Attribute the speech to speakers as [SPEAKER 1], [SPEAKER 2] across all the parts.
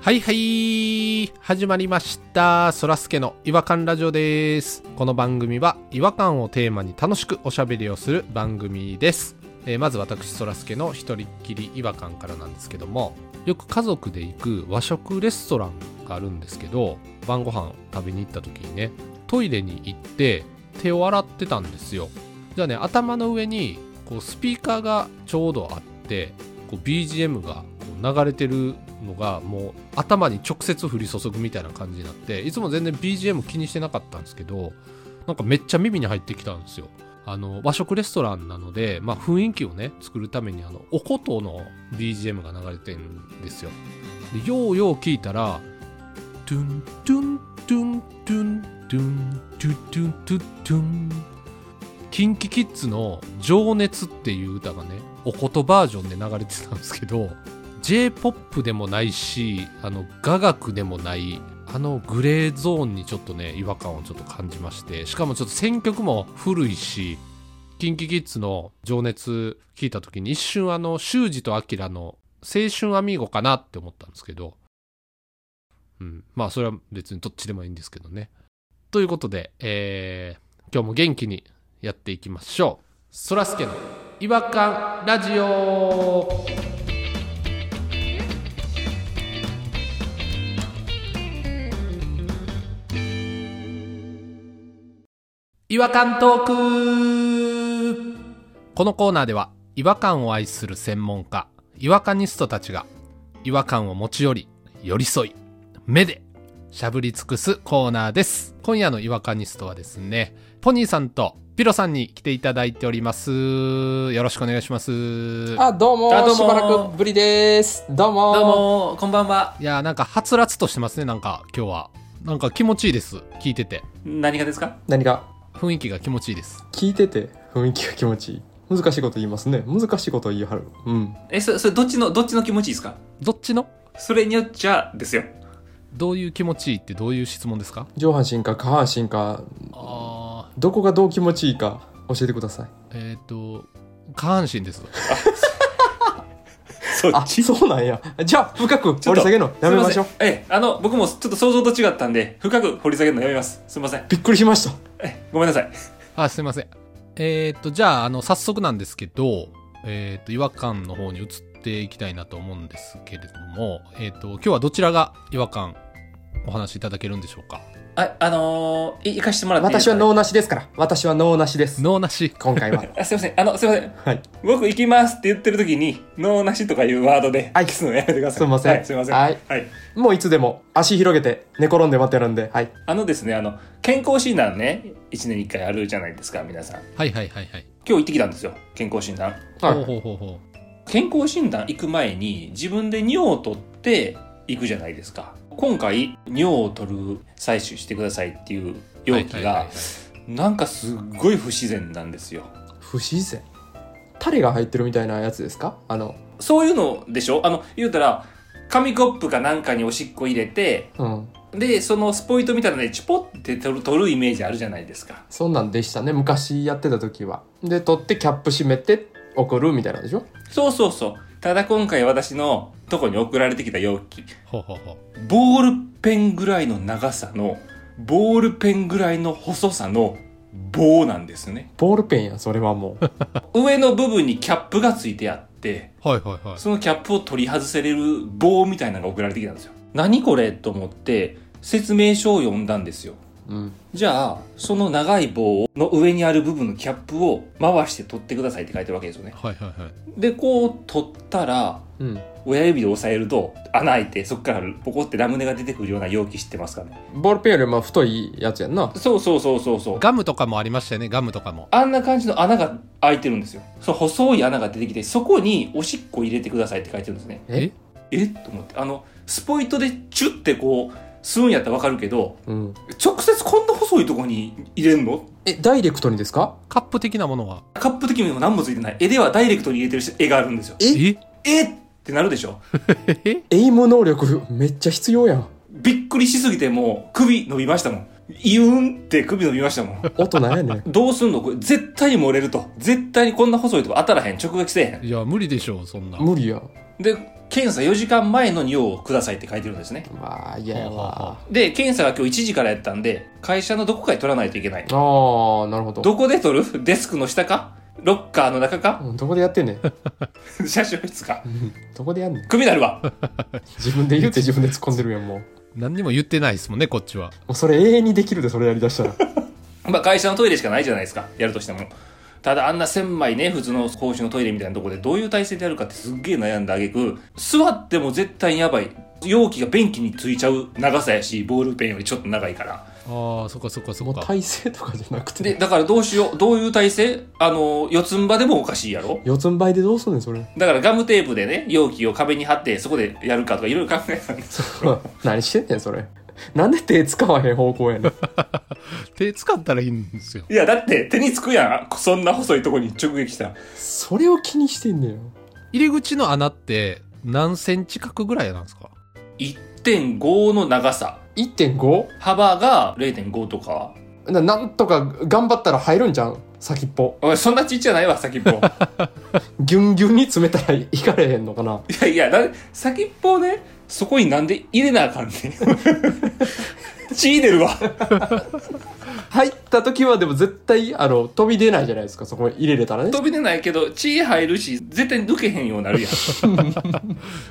[SPEAKER 1] はいはい始まりましたそらすけの違和感ラジオですこの番組は違和感をテーマに楽しくおしゃべりをする番組です、えーまず私そらすけの一人っきり違和感からなんですけどもよく家族で行く和食レストランがあるんですけど晩ご飯を食べに行った時にねトイレに行って手を洗ってたんですよじゃあね頭の上にこうスピーカーがちょうどあってこう BGM がこう流れてるのがもう頭に直接降り注ぐみたいな感じになっていつも全然 BGM 気にしてなかったんですけどなんかめっちゃ耳に入ってきたんですよあの和食レストランなので、まあ、雰囲気をね作るためにあのお琴の BGM が流れてるんですよでようよう聞いたらトゥントゥントゥントゥントゥントゥトゥントゥトゥンキンキキッズの「情熱」っていう歌がねおことバージョンで流れてたんですけど j p o p でもないしあの雅楽でもないあのグレーゾーンにちょっとね違和感をちょっと感じましてしかもちょっと選曲も古いし KinKiKids の「情熱」聞いた時に一瞬あの修二と明の「青春アミーゴ」かなって思ったんですけど、うん、まあそれは別にどっちでもいいんですけどね。ということで、えー今日も元気にやっていきましょう。そらすけの違和感ラジオ違和感トークこのコーナーでは違和感を愛する専門家違和感ニストたちが違和感を持ち寄り寄り添い目でしゃぶり尽くすコーナーです今夜の違和感ニストはですねポニーさんとピロさんに来ていただいておりますよろしくお願いします
[SPEAKER 2] あ、どうも
[SPEAKER 3] あどうも
[SPEAKER 2] しばらくぶりです。どうも
[SPEAKER 3] どうもこんばんはい
[SPEAKER 1] やーなんかはつらつとしてますねなんか今日はなんか気持ちいいです聞いてて
[SPEAKER 3] 何がですか
[SPEAKER 2] 何か
[SPEAKER 1] 雰囲気が気持ちいいです
[SPEAKER 2] 聞いてて雰囲気が気持ちいい。難しいこと言いますね。難しいこと言いはる。うん。
[SPEAKER 3] えそそれどっちのどっちの気持ちいいですか
[SPEAKER 1] どっちの
[SPEAKER 3] それによっちゃですよ
[SPEAKER 1] どういう気持ちいいってどういう質問ですか
[SPEAKER 2] 上半身か下半身か、
[SPEAKER 1] あ
[SPEAKER 2] どこがどう気持ちいいか教えてください。
[SPEAKER 1] ーえっ、と下半身です
[SPEAKER 3] そ
[SPEAKER 2] あ、そうなんや。じゃあ、深く掘り下げるのやめましょう
[SPEAKER 3] すい。せんええあの僕もちょっと想像と違ったんで深く掘り下げるのやめますすいません
[SPEAKER 2] びっくりしました。
[SPEAKER 3] えごめんなさい
[SPEAKER 1] あすいませんえっ、とじゃああの早速なんですけどえっ、と違和感の方に移っていきたいなと思うんですけれどもえっ、と今日はどちらが違和感お話しいただけるんでしょうか
[SPEAKER 3] ああのー、い行かしてもらっていいで
[SPEAKER 2] 私
[SPEAKER 3] すか
[SPEAKER 2] は脳なしですから。私は脳なしです。
[SPEAKER 1] 脳なし
[SPEAKER 2] 今 回は。
[SPEAKER 3] あすいませんあのすいません
[SPEAKER 2] はい。
[SPEAKER 3] 僕行きますって言ってる時に「脳なし」とかいうワードで
[SPEAKER 2] はい
[SPEAKER 3] 消すのやめてください
[SPEAKER 2] すいません
[SPEAKER 3] はい、すいません
[SPEAKER 2] はい
[SPEAKER 3] はい、
[SPEAKER 2] もういつでも足広げて寝転んで待ってるんで。はい。
[SPEAKER 3] あのですねあの健康診断ね1年に1回あるじゃないですか皆さん
[SPEAKER 1] はいはいはいはい、
[SPEAKER 3] 今日行ってきたんですよ健康診断
[SPEAKER 2] は
[SPEAKER 1] ほう
[SPEAKER 2] い。
[SPEAKER 1] ほうほうほ
[SPEAKER 3] 健康診断行く前に自分で尿を取って行くじゃないですか今回尿を取る採取してくださいっていう
[SPEAKER 1] う
[SPEAKER 3] 容器
[SPEAKER 1] はいはいはいは
[SPEAKER 3] が
[SPEAKER 1] い
[SPEAKER 3] なんかすっごい不自然なんですよ
[SPEAKER 2] 不自然。タレが入ってるみたいなやつですかあの、
[SPEAKER 3] そういうのでしょあの言うたら紙コップかなんかにおしっこ入れて
[SPEAKER 2] うん。
[SPEAKER 3] でそのスポイトみたいなのでチュポって取る取るイメージあるじゃないですか
[SPEAKER 2] そんなんでしたね昔やってた時はで取ってキャップ閉めて送るみたいなんでしょ
[SPEAKER 3] そうそうそうただ今回私のとこに送られてきた容器
[SPEAKER 1] ほうほうほう
[SPEAKER 3] ボールペンぐらいの長さの、ボールペンぐらいの細さの棒なんですね。
[SPEAKER 2] ボールペンやそれはも う
[SPEAKER 3] 上の部分にキャップがついてあって、
[SPEAKER 1] はいはいはい
[SPEAKER 3] そのキャップを取り外せれる棒みたいなのが送られてきたんですよ。何これと思って説明書を読んだんですよ。
[SPEAKER 2] うん
[SPEAKER 3] じゃあ、その長い棒の上にある部分のキャップを回して取ってくださいって書いてるわけですよね。
[SPEAKER 1] はいはいはい
[SPEAKER 3] で、こう取ったら、
[SPEAKER 2] うん
[SPEAKER 3] 親指で押さえると穴開いてそこからポコってラムネが出てくるような容器知ってますかね
[SPEAKER 2] ボールペンよりも太いやつやんな
[SPEAKER 3] そうそうそうそうそう。
[SPEAKER 1] ガムとかもありましたよねガムとかも
[SPEAKER 3] あんな感じの穴が開いてるんですよ。その細い穴が出てきて、そこにおしっこ入れてくださいって書いてるんですね。
[SPEAKER 2] え
[SPEAKER 3] えと思って。あの、スポイトでチュってこう、吸うんやったらわかるけど、
[SPEAKER 2] うん
[SPEAKER 3] 直接こんな細いとこに入れんの
[SPEAKER 2] えダイレクトにですか
[SPEAKER 1] カップ的なものは
[SPEAKER 3] カップ的にも何もついてない。絵ではダイレクトに入れてる絵があるんですよ。
[SPEAKER 2] え
[SPEAKER 1] え
[SPEAKER 3] えってなるでしょ
[SPEAKER 1] え
[SPEAKER 2] エイム能力 めっちゃ必要やん
[SPEAKER 3] びっくりしすぎてもう首伸びましたもん。イウンって首伸びましたもん。
[SPEAKER 2] 音なんやね ん
[SPEAKER 3] どうすんのこれ絶対に漏れると。絶対にこんな細いとこ当たらへん。直撃せえへん。
[SPEAKER 1] いや無理でしょうそんな
[SPEAKER 2] 無理や
[SPEAKER 3] で検査4時間前の尿をくださいって書いてるんですね。
[SPEAKER 2] まあ嫌やわ
[SPEAKER 3] で、検査が今日1時からやったんで、会社のどこかで取らないといけない。
[SPEAKER 2] あーなるほど
[SPEAKER 3] どこで取るデスクの下かロッカーの中か
[SPEAKER 2] うんどこでやってん ねん
[SPEAKER 3] 車掌室か
[SPEAKER 2] どこでやんねん
[SPEAKER 3] クビなるわ
[SPEAKER 2] 自分で言うて自分で突っ込んでるやんもうも
[SPEAKER 1] 何にも言ってないですもんねこっちは
[SPEAKER 2] うそれ永遠にできるでそれやりだしたら
[SPEAKER 3] まあ会社のトイレしかないじゃないですか。やるとしても。ただあんな千枚ね、普通の公衆のトイレみたいなとこでどういう体勢でやるかってすっげえ悩んだ挙句座っても絶対にやばい。容器が便器についちゃう長さやし、ボールペンよりちょっと長いから。
[SPEAKER 1] ああそっかそっかそ
[SPEAKER 2] も
[SPEAKER 1] っ
[SPEAKER 2] う
[SPEAKER 1] か
[SPEAKER 2] 体勢とかじゃなく
[SPEAKER 3] で、
[SPEAKER 2] て
[SPEAKER 3] だからどうしよう。どういう体勢あの、四つん這いでもおかしいやろ
[SPEAKER 2] 四つん這いでどうすんねんそれ
[SPEAKER 3] だからガムテープでね、容器を壁に貼ってそこでやるかとかいろいろ考えたんです。
[SPEAKER 2] 何してんねんそれなんで手使わへん方向やねん
[SPEAKER 1] 手使ったらいいんですよ
[SPEAKER 3] いや、だって手につくやん。そんな細いとこに直撃したら。
[SPEAKER 2] それを気にしてんねんよ
[SPEAKER 1] 入り口の穴って何センチ角ぐらいなんですか
[SPEAKER 3] 1.5の長さ。
[SPEAKER 2] 1.5?
[SPEAKER 3] 幅が0.5とか。
[SPEAKER 2] ななんとか頑張ったら入るんじゃん先っぽ
[SPEAKER 3] おいそんなちっちゃないわ、先っぽ。
[SPEAKER 2] ギュンギュンに詰めたらいかれへんのかない
[SPEAKER 3] やいや、だ先っぽをね、そこになんで入れなあかんねん。血出るわ。
[SPEAKER 2] 入った時はでも絶対あの飛び出ないじゃないですかそこに入れれたらね
[SPEAKER 3] 飛び出ないけど、血入るし、絶対抜けへんようになるやん。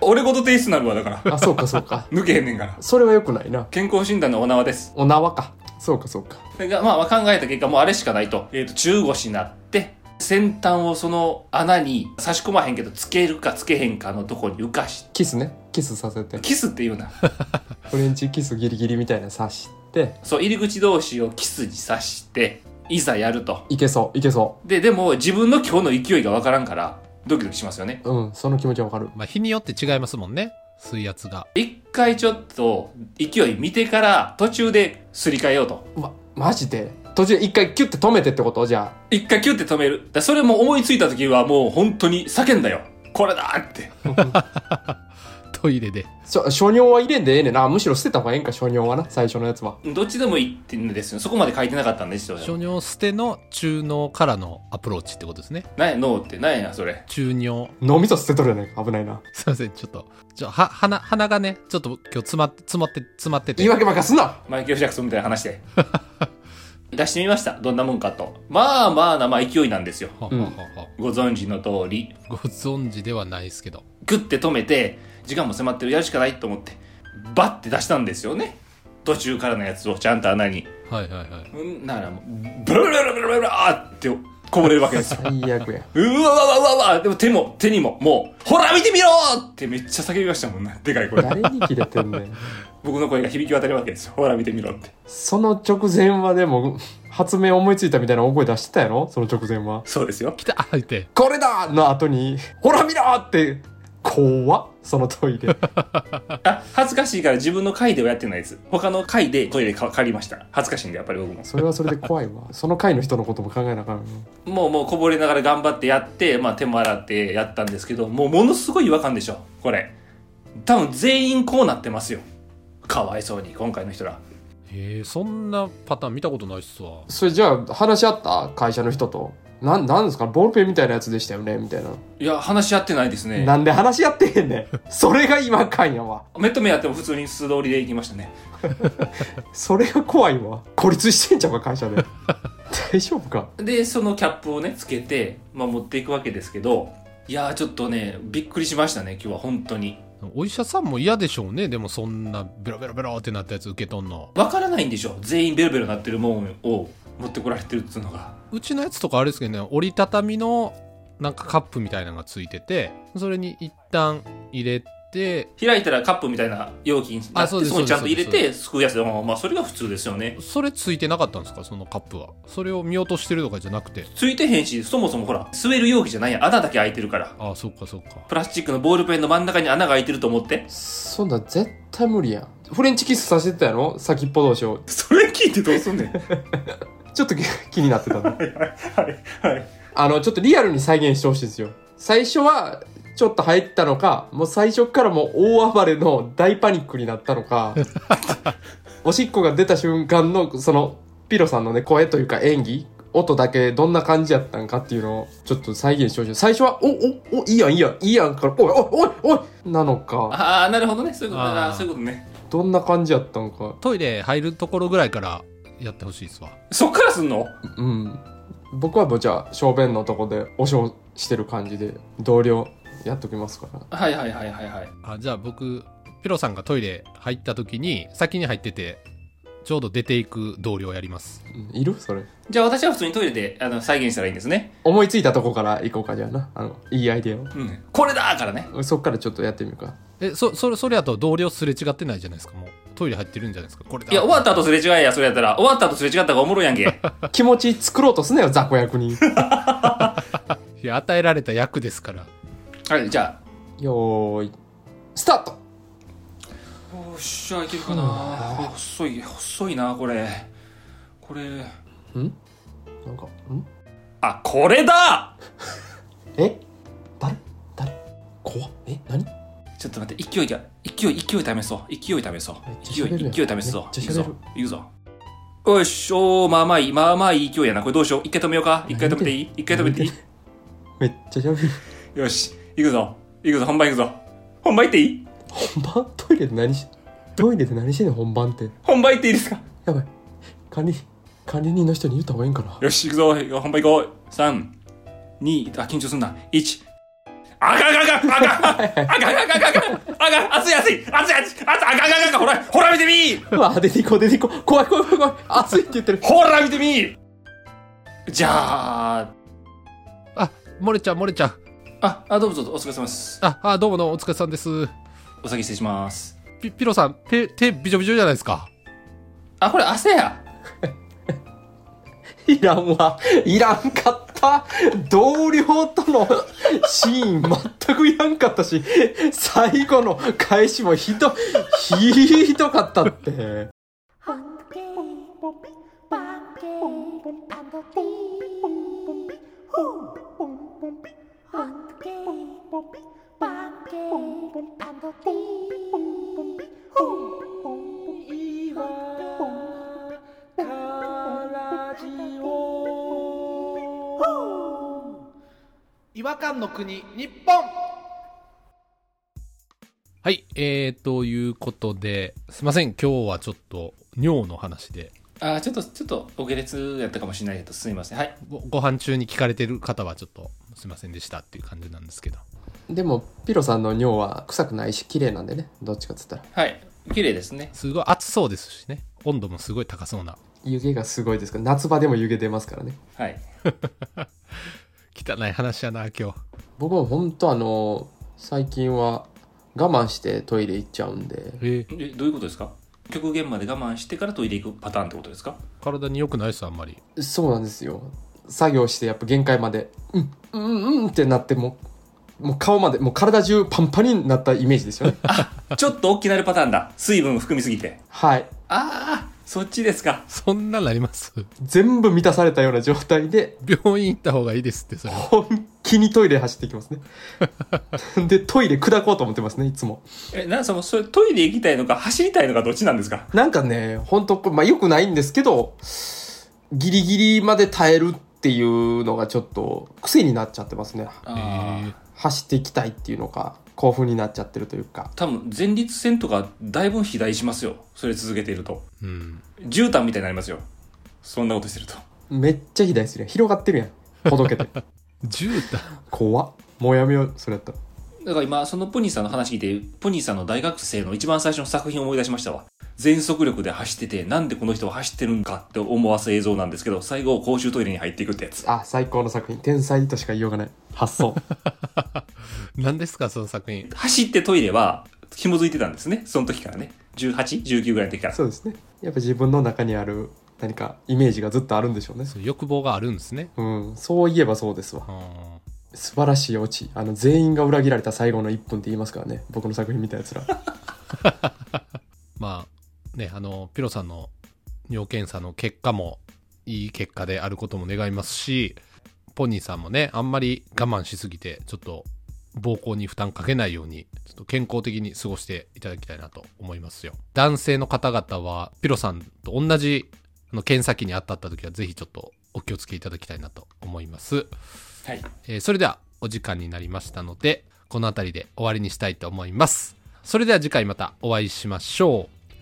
[SPEAKER 3] 俺ごと提出になるわ、だから。
[SPEAKER 2] あそうかそうか
[SPEAKER 3] 抜けへんねんから。
[SPEAKER 2] それはよくないな
[SPEAKER 3] 健康診断のお縄です。
[SPEAKER 2] お縄かそうかそうか
[SPEAKER 3] それが、まあ、考えた結果、もうあれしかないと。えっ、と、中腰になって、先端をその穴に差し込まへんけど、つけるかつけへんかのとこに浮かし、
[SPEAKER 2] キスねキスさせて
[SPEAKER 3] キスっていうな。
[SPEAKER 2] フレンチキスギリギリみたいな刺して
[SPEAKER 3] そう、入り口同士をキスに刺して、いざやると。
[SPEAKER 2] いけそういけそ
[SPEAKER 3] で、でも自分の今日の勢いがわからんから、ドキドキしますよね。
[SPEAKER 2] ううんその気持ちはわかる
[SPEAKER 1] まあ日によって違いますもんね水圧が
[SPEAKER 3] 一回ちょっと勢い見てから途中ですり替えようと。
[SPEAKER 2] うわマジで途中一回キュッて止めてってことじゃ
[SPEAKER 3] 一回キュッて止める。だからそれも思いついた時はもう本当に叫んだよ。これだって。
[SPEAKER 1] トイレで
[SPEAKER 2] あしょ初尿は入れんでええねんなむしろ捨てた方がええんか初尿はな最初のやつは
[SPEAKER 3] どっちでもいいってんですよ。そこまで書いてなかったんですよ。
[SPEAKER 1] 初尿捨ての中脳からのアプローチってことですね
[SPEAKER 3] 何や、脳って何や、それ。
[SPEAKER 1] 中尿
[SPEAKER 2] 脳みそ捨てとるやないか危ないな
[SPEAKER 1] すいませんちょっとちょは鼻鼻がねちょっと今日詰まって詰まって詰まって
[SPEAKER 2] 言
[SPEAKER 1] て
[SPEAKER 2] い訳ばっかすんな
[SPEAKER 3] マイケル・ジャクソンみたいな話で。出してみました。どんなもんかと。まあまあな、まあ勢いなんですよ。
[SPEAKER 1] ほう
[SPEAKER 2] うん
[SPEAKER 1] ほうほうほう
[SPEAKER 3] ご存知の通り。
[SPEAKER 1] ご存知ではないですけど
[SPEAKER 3] グッて止めて時間も迫ってるやるしかないと思ってバッて出したんですよね途中からのやつをちゃんと穴に
[SPEAKER 1] はいはいはい
[SPEAKER 3] うんならもうブルブルブルブルブルーってこぼれるわけですよ
[SPEAKER 2] 最悪や
[SPEAKER 3] うわわわわわでも手も手にももうほら見てみろーってめっちゃ叫びましたもんなでかい声
[SPEAKER 2] 誰に切れてんねん
[SPEAKER 3] 僕の声が響き渡るわけですよほら見てみろって
[SPEAKER 2] その直前はでも発明思いついたみたいな大声出してたやろその直前は
[SPEAKER 3] そうですよ
[SPEAKER 1] 来たあいて
[SPEAKER 2] 「これだ!」の後に「ほら見ろ!」って怖っそのトイレ
[SPEAKER 3] あ恥ずかしいから自分の回ではやってないです他の回でトイレか借りました恥ずかしいんでやっぱり僕も
[SPEAKER 2] それはそれで怖いわその回の人のことも考えなあかんよ
[SPEAKER 3] もうもうこぼれながら頑張ってやって、まあ、手も洗ってやったんですけどもうものすごい違和感でしょこれ多分全員こうなってますよかわいそうに今回の人ら
[SPEAKER 1] へえそんなパターン見たことないっすわ
[SPEAKER 2] それじゃあ話し合った会社の人と「なんなんですかボールペンみたいなやつでしたよね」みたいな、
[SPEAKER 3] いや話し合ってないですね
[SPEAKER 2] なんで話し合ってへんねんそれが違和感やわ
[SPEAKER 3] 目と目あっても普通に素通りで行きましたね
[SPEAKER 2] それが怖いわ孤立してんちゃうか会社で 大丈夫か
[SPEAKER 3] でそのキャップをねつけて、まあ、持っていくわけですけどいやーちょっとねびっくりしましたね今日は本当に
[SPEAKER 1] お医者さんも嫌でしょうねでもそんなベロベロベロってなったやつ受け取んの
[SPEAKER 3] わからないんでしょ全員ベロベロなってるもんを持ってこられてるっつうのが
[SPEAKER 1] うちのやつとかあれですけどね折りたたみのなんかカップみたいなのがついててそれに一旦入れて
[SPEAKER 3] 開いたらカップみたいな容器に
[SPEAKER 1] あ
[SPEAKER 3] なって
[SPEAKER 1] そ
[SPEAKER 3] そう
[SPEAKER 1] です
[SPEAKER 3] こにちゃんと入れ
[SPEAKER 1] そう
[SPEAKER 3] てすくうやつでまあまあそれが普通ですよね
[SPEAKER 1] それついてなかったんですかそのカップはそれを見落としてるとかじゃなくて
[SPEAKER 3] ついてへんしそもそもほら吸える容器じゃないやん穴だけ開いてるから
[SPEAKER 1] ああそっかそっか
[SPEAKER 3] プラスチックのボールペンの真ん中に穴が開いてると思って
[SPEAKER 2] そんなん絶対無理やんフレンチキスさせてたやろ先っぽ同士を
[SPEAKER 3] それ聞いてどうすんねんはい
[SPEAKER 2] ちょっと気気になってたの
[SPEAKER 3] はい
[SPEAKER 2] あのちょっとリアルに再現してほしいんですよ最初はちょっと入ったのかもう最初からもう大暴れの大パニックになったのかおしっこが出た瞬間のそのピロさんのね声というか演技音だけどんな感じやったんかっていうのをちょっと再現してほしい。最初は、お、お、お、いいやん、いいやん、いいやんから、おい、おい、おい、おい、なのか、
[SPEAKER 3] ああなるほどねそういうこと
[SPEAKER 1] あー
[SPEAKER 3] あーそういうことね
[SPEAKER 2] どんな感じやったんか、
[SPEAKER 1] トイレ入るところぐらいからやってほしいですわ
[SPEAKER 3] そっからすんの
[SPEAKER 2] うん。僕はもうじゃあ、小便のとこでおしょうしてる感じで、同僚やっときますから。
[SPEAKER 3] はいはいはいはいはい
[SPEAKER 1] あじゃあ僕ピロさんがトイレ入った時に先に入っててちょうど出ていく同僚やります
[SPEAKER 2] うんいるそれ。
[SPEAKER 3] じゃあ私は普通にトイレであの再現したらいいんですね
[SPEAKER 2] 思いついたとこから行こうか、じゃあな。あの、いいアイデア
[SPEAKER 3] うんこれだーからね
[SPEAKER 2] を。そっからちょっとやってみるか。
[SPEAKER 1] えそそれそれやと同僚すれ違ってないじゃないですかもうトイレ入ってるんじゃないですかこれだ
[SPEAKER 3] いや終わった後すれ違いやそれやったら終わった後すれ違った方がおもろいやん け
[SPEAKER 2] 気持ち作ろうとすなよ、雑魚役 に。
[SPEAKER 1] いや与えられた役ですから
[SPEAKER 3] はいじゃ
[SPEAKER 2] よーい、スタート
[SPEAKER 3] あよっしゃいけるかなこれ細い細いなこれこれ
[SPEAKER 2] んなんか、ん
[SPEAKER 3] あこれだ
[SPEAKER 2] え誰誰怖っえ何
[SPEAKER 3] ちょっと待って勢いが勢い勢い試そう勢い試そう
[SPEAKER 2] めっち
[SPEAKER 3] 勢
[SPEAKER 2] ゃ喋るや
[SPEAKER 3] い
[SPEAKER 2] ん
[SPEAKER 3] 勢い試すぞ
[SPEAKER 2] め
[SPEAKER 3] い
[SPEAKER 2] っち
[SPEAKER 3] く
[SPEAKER 2] ゃ喋る
[SPEAKER 3] ぞいくぞよしおーまあまあいいまあまあいい勢いやなこれどうしよう一回止めようか一回止めていい一回止めていい
[SPEAKER 2] めっちゃ喋る。
[SPEAKER 3] よし行くぞ行くぞ本番行くぞ本番行っていい
[SPEAKER 2] 本番トイレで何し、トイレで何してんの本番って。
[SPEAKER 3] 本番行っていいですか
[SPEAKER 2] やばい。管理、管理人の人に言った方がいいんかな
[SPEAKER 3] よし、行くぞ、本番行こう。三、二、あ、緊張すんな。一。あかんあかんあかんあかんあかんあかんあかんあかん熱い熱い熱い熱い熱いあかんあかんあかんほらほら見てみ
[SPEAKER 2] うわ、出ていこう出ていこう。怖い怖い怖い怖い。熱いって言ってる。
[SPEAKER 3] ほら見てみじゃあ、
[SPEAKER 1] あ漏れちゃう漏れちゃう
[SPEAKER 3] あ、あ、どうもどうぞ、お疲れ様です。
[SPEAKER 1] ああどうもどうもお疲れさんです
[SPEAKER 3] お先失礼します。
[SPEAKER 1] ピピロさん手手びちょびちょじゃないですか
[SPEAKER 3] あ、これ汗や。
[SPEAKER 2] いらんわ。いらんかった。同僚とのシーン全くいらんかったし、最後の返しもひど、ひどかったって。
[SPEAKER 4] Hunky,
[SPEAKER 1] 違和感の国日本はいえー、ということですいません今日はちょっと尿の話で
[SPEAKER 3] あ、ちょっと、ちょっと、お下劣やったかもしれないけど、すみません。はい。
[SPEAKER 1] ごご飯中に聞かれてる方はちょっとすいませんでしたっていう感じなんですけど
[SPEAKER 2] でもピロさんの尿は臭くないし綺麗なんでねどっちかっつったら
[SPEAKER 3] はい。綺麗ですね。
[SPEAKER 1] すごい暑そうですしね温度もすごい高そうな
[SPEAKER 2] 湯気がすごいですから夏場でも湯気出ますからね
[SPEAKER 3] はい。
[SPEAKER 1] 汚い話やな今日
[SPEAKER 2] 僕も本当あの最近は我慢してトイレ行っちゃうんで
[SPEAKER 1] え
[SPEAKER 3] え、どういうことですか極限まで我慢してからトイレ行くパターンってことですか
[SPEAKER 1] 体に良くないですあんまり
[SPEAKER 2] そうなんですよ作業してやっぱ限界までうんうんうんってなってもうもう顔までもう体中パンパンになったイメージですよね
[SPEAKER 3] ちょっと大きなるパターンだ。水分を含みすぎて。
[SPEAKER 2] はい
[SPEAKER 3] ああ、そっちですか。
[SPEAKER 1] そんななります
[SPEAKER 2] 全部満たされたような状態で
[SPEAKER 1] 病院行った方がいいですってそれは
[SPEAKER 2] 本気にトイレ走っていきますねでトイレ砕こうと思ってますねいつも
[SPEAKER 3] え、な、その、それトイレ行きたいのか、走りたいのか、どっちなんですか
[SPEAKER 2] なんかね、本当まあ良くないんですけど、ギリギリまで耐えるっていうのがちょっと癖になっちゃってますね。
[SPEAKER 1] えー
[SPEAKER 2] 走っていきたいっていうのか、興奮になっちゃってるというか。
[SPEAKER 3] 多分、前立腺とか、だいぶ肥大しますよ。それ続けていると。
[SPEAKER 1] うん
[SPEAKER 3] 絨毯みたいになりますよ。そんなことしてると。
[SPEAKER 2] めっちゃ肥大するやん。広がってるやん。ほどけて。
[SPEAKER 1] 絨毯
[SPEAKER 2] 怖っ。もうやめよう、それやったら。
[SPEAKER 3] だから今、そのプニーさんの話聞いて、プニーさんの大学生の一番最初の作品を思い出しましたわ。全速力で走ってて、なんでこの人は走ってるんかって思わす映像なんですけど、最後、公衆トイレに入っていくってやつ。
[SPEAKER 2] あ、最高の作品。天才としか言いようがない。発想。
[SPEAKER 1] 何ですかその作品
[SPEAKER 3] 走ってトイレは、紐づいてたんですね。その時からね。18、19ぐらいの時から。
[SPEAKER 2] そうですね。やっぱ自分の中にある何かイメージがずっとあるんでしょうね。
[SPEAKER 1] そう欲望があるんですね
[SPEAKER 2] うん、そういえばそうですわ。
[SPEAKER 1] うん
[SPEAKER 2] 素晴らしいオチあの全員が裏切られた最後の1分って言いますからね僕の作品見たやつら
[SPEAKER 1] まあねあのピロさんの尿検査の結果もいい結果であることも願いますしポニーさんもねあんまり我慢しすぎてちょっと膀胱に負担かけないようにちょっと健康的に過ごしていただきたいなと思いますよ男性の方々はピロさんと同じあの検査機に当たった時はぜひちょっとお気をつけいただきたいなと思います。
[SPEAKER 3] はい。
[SPEAKER 1] えーそれではお時間になりましたので、この辺りで終わりにしたいと思います。それでは次回またお会いしましょう。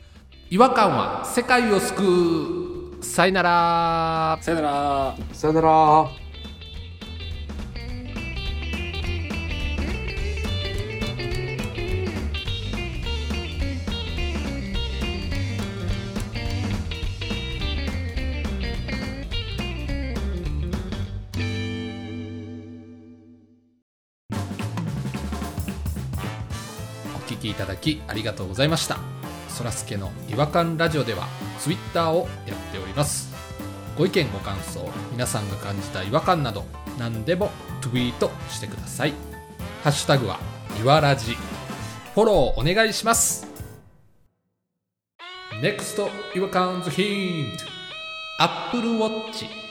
[SPEAKER 1] 違和感は世界を救うさよなら
[SPEAKER 3] さよなら。
[SPEAKER 2] さよなら。
[SPEAKER 1] お聞きいただきありがとうございましたそらすけの違和感ラジオではツイッターをやっておりますご意見ご感想皆さんが感じた違和感など何でもツイートしてくださいハッシュタグはいわらじフォローお願いします NEXT 違和感ズヒント Apple Watch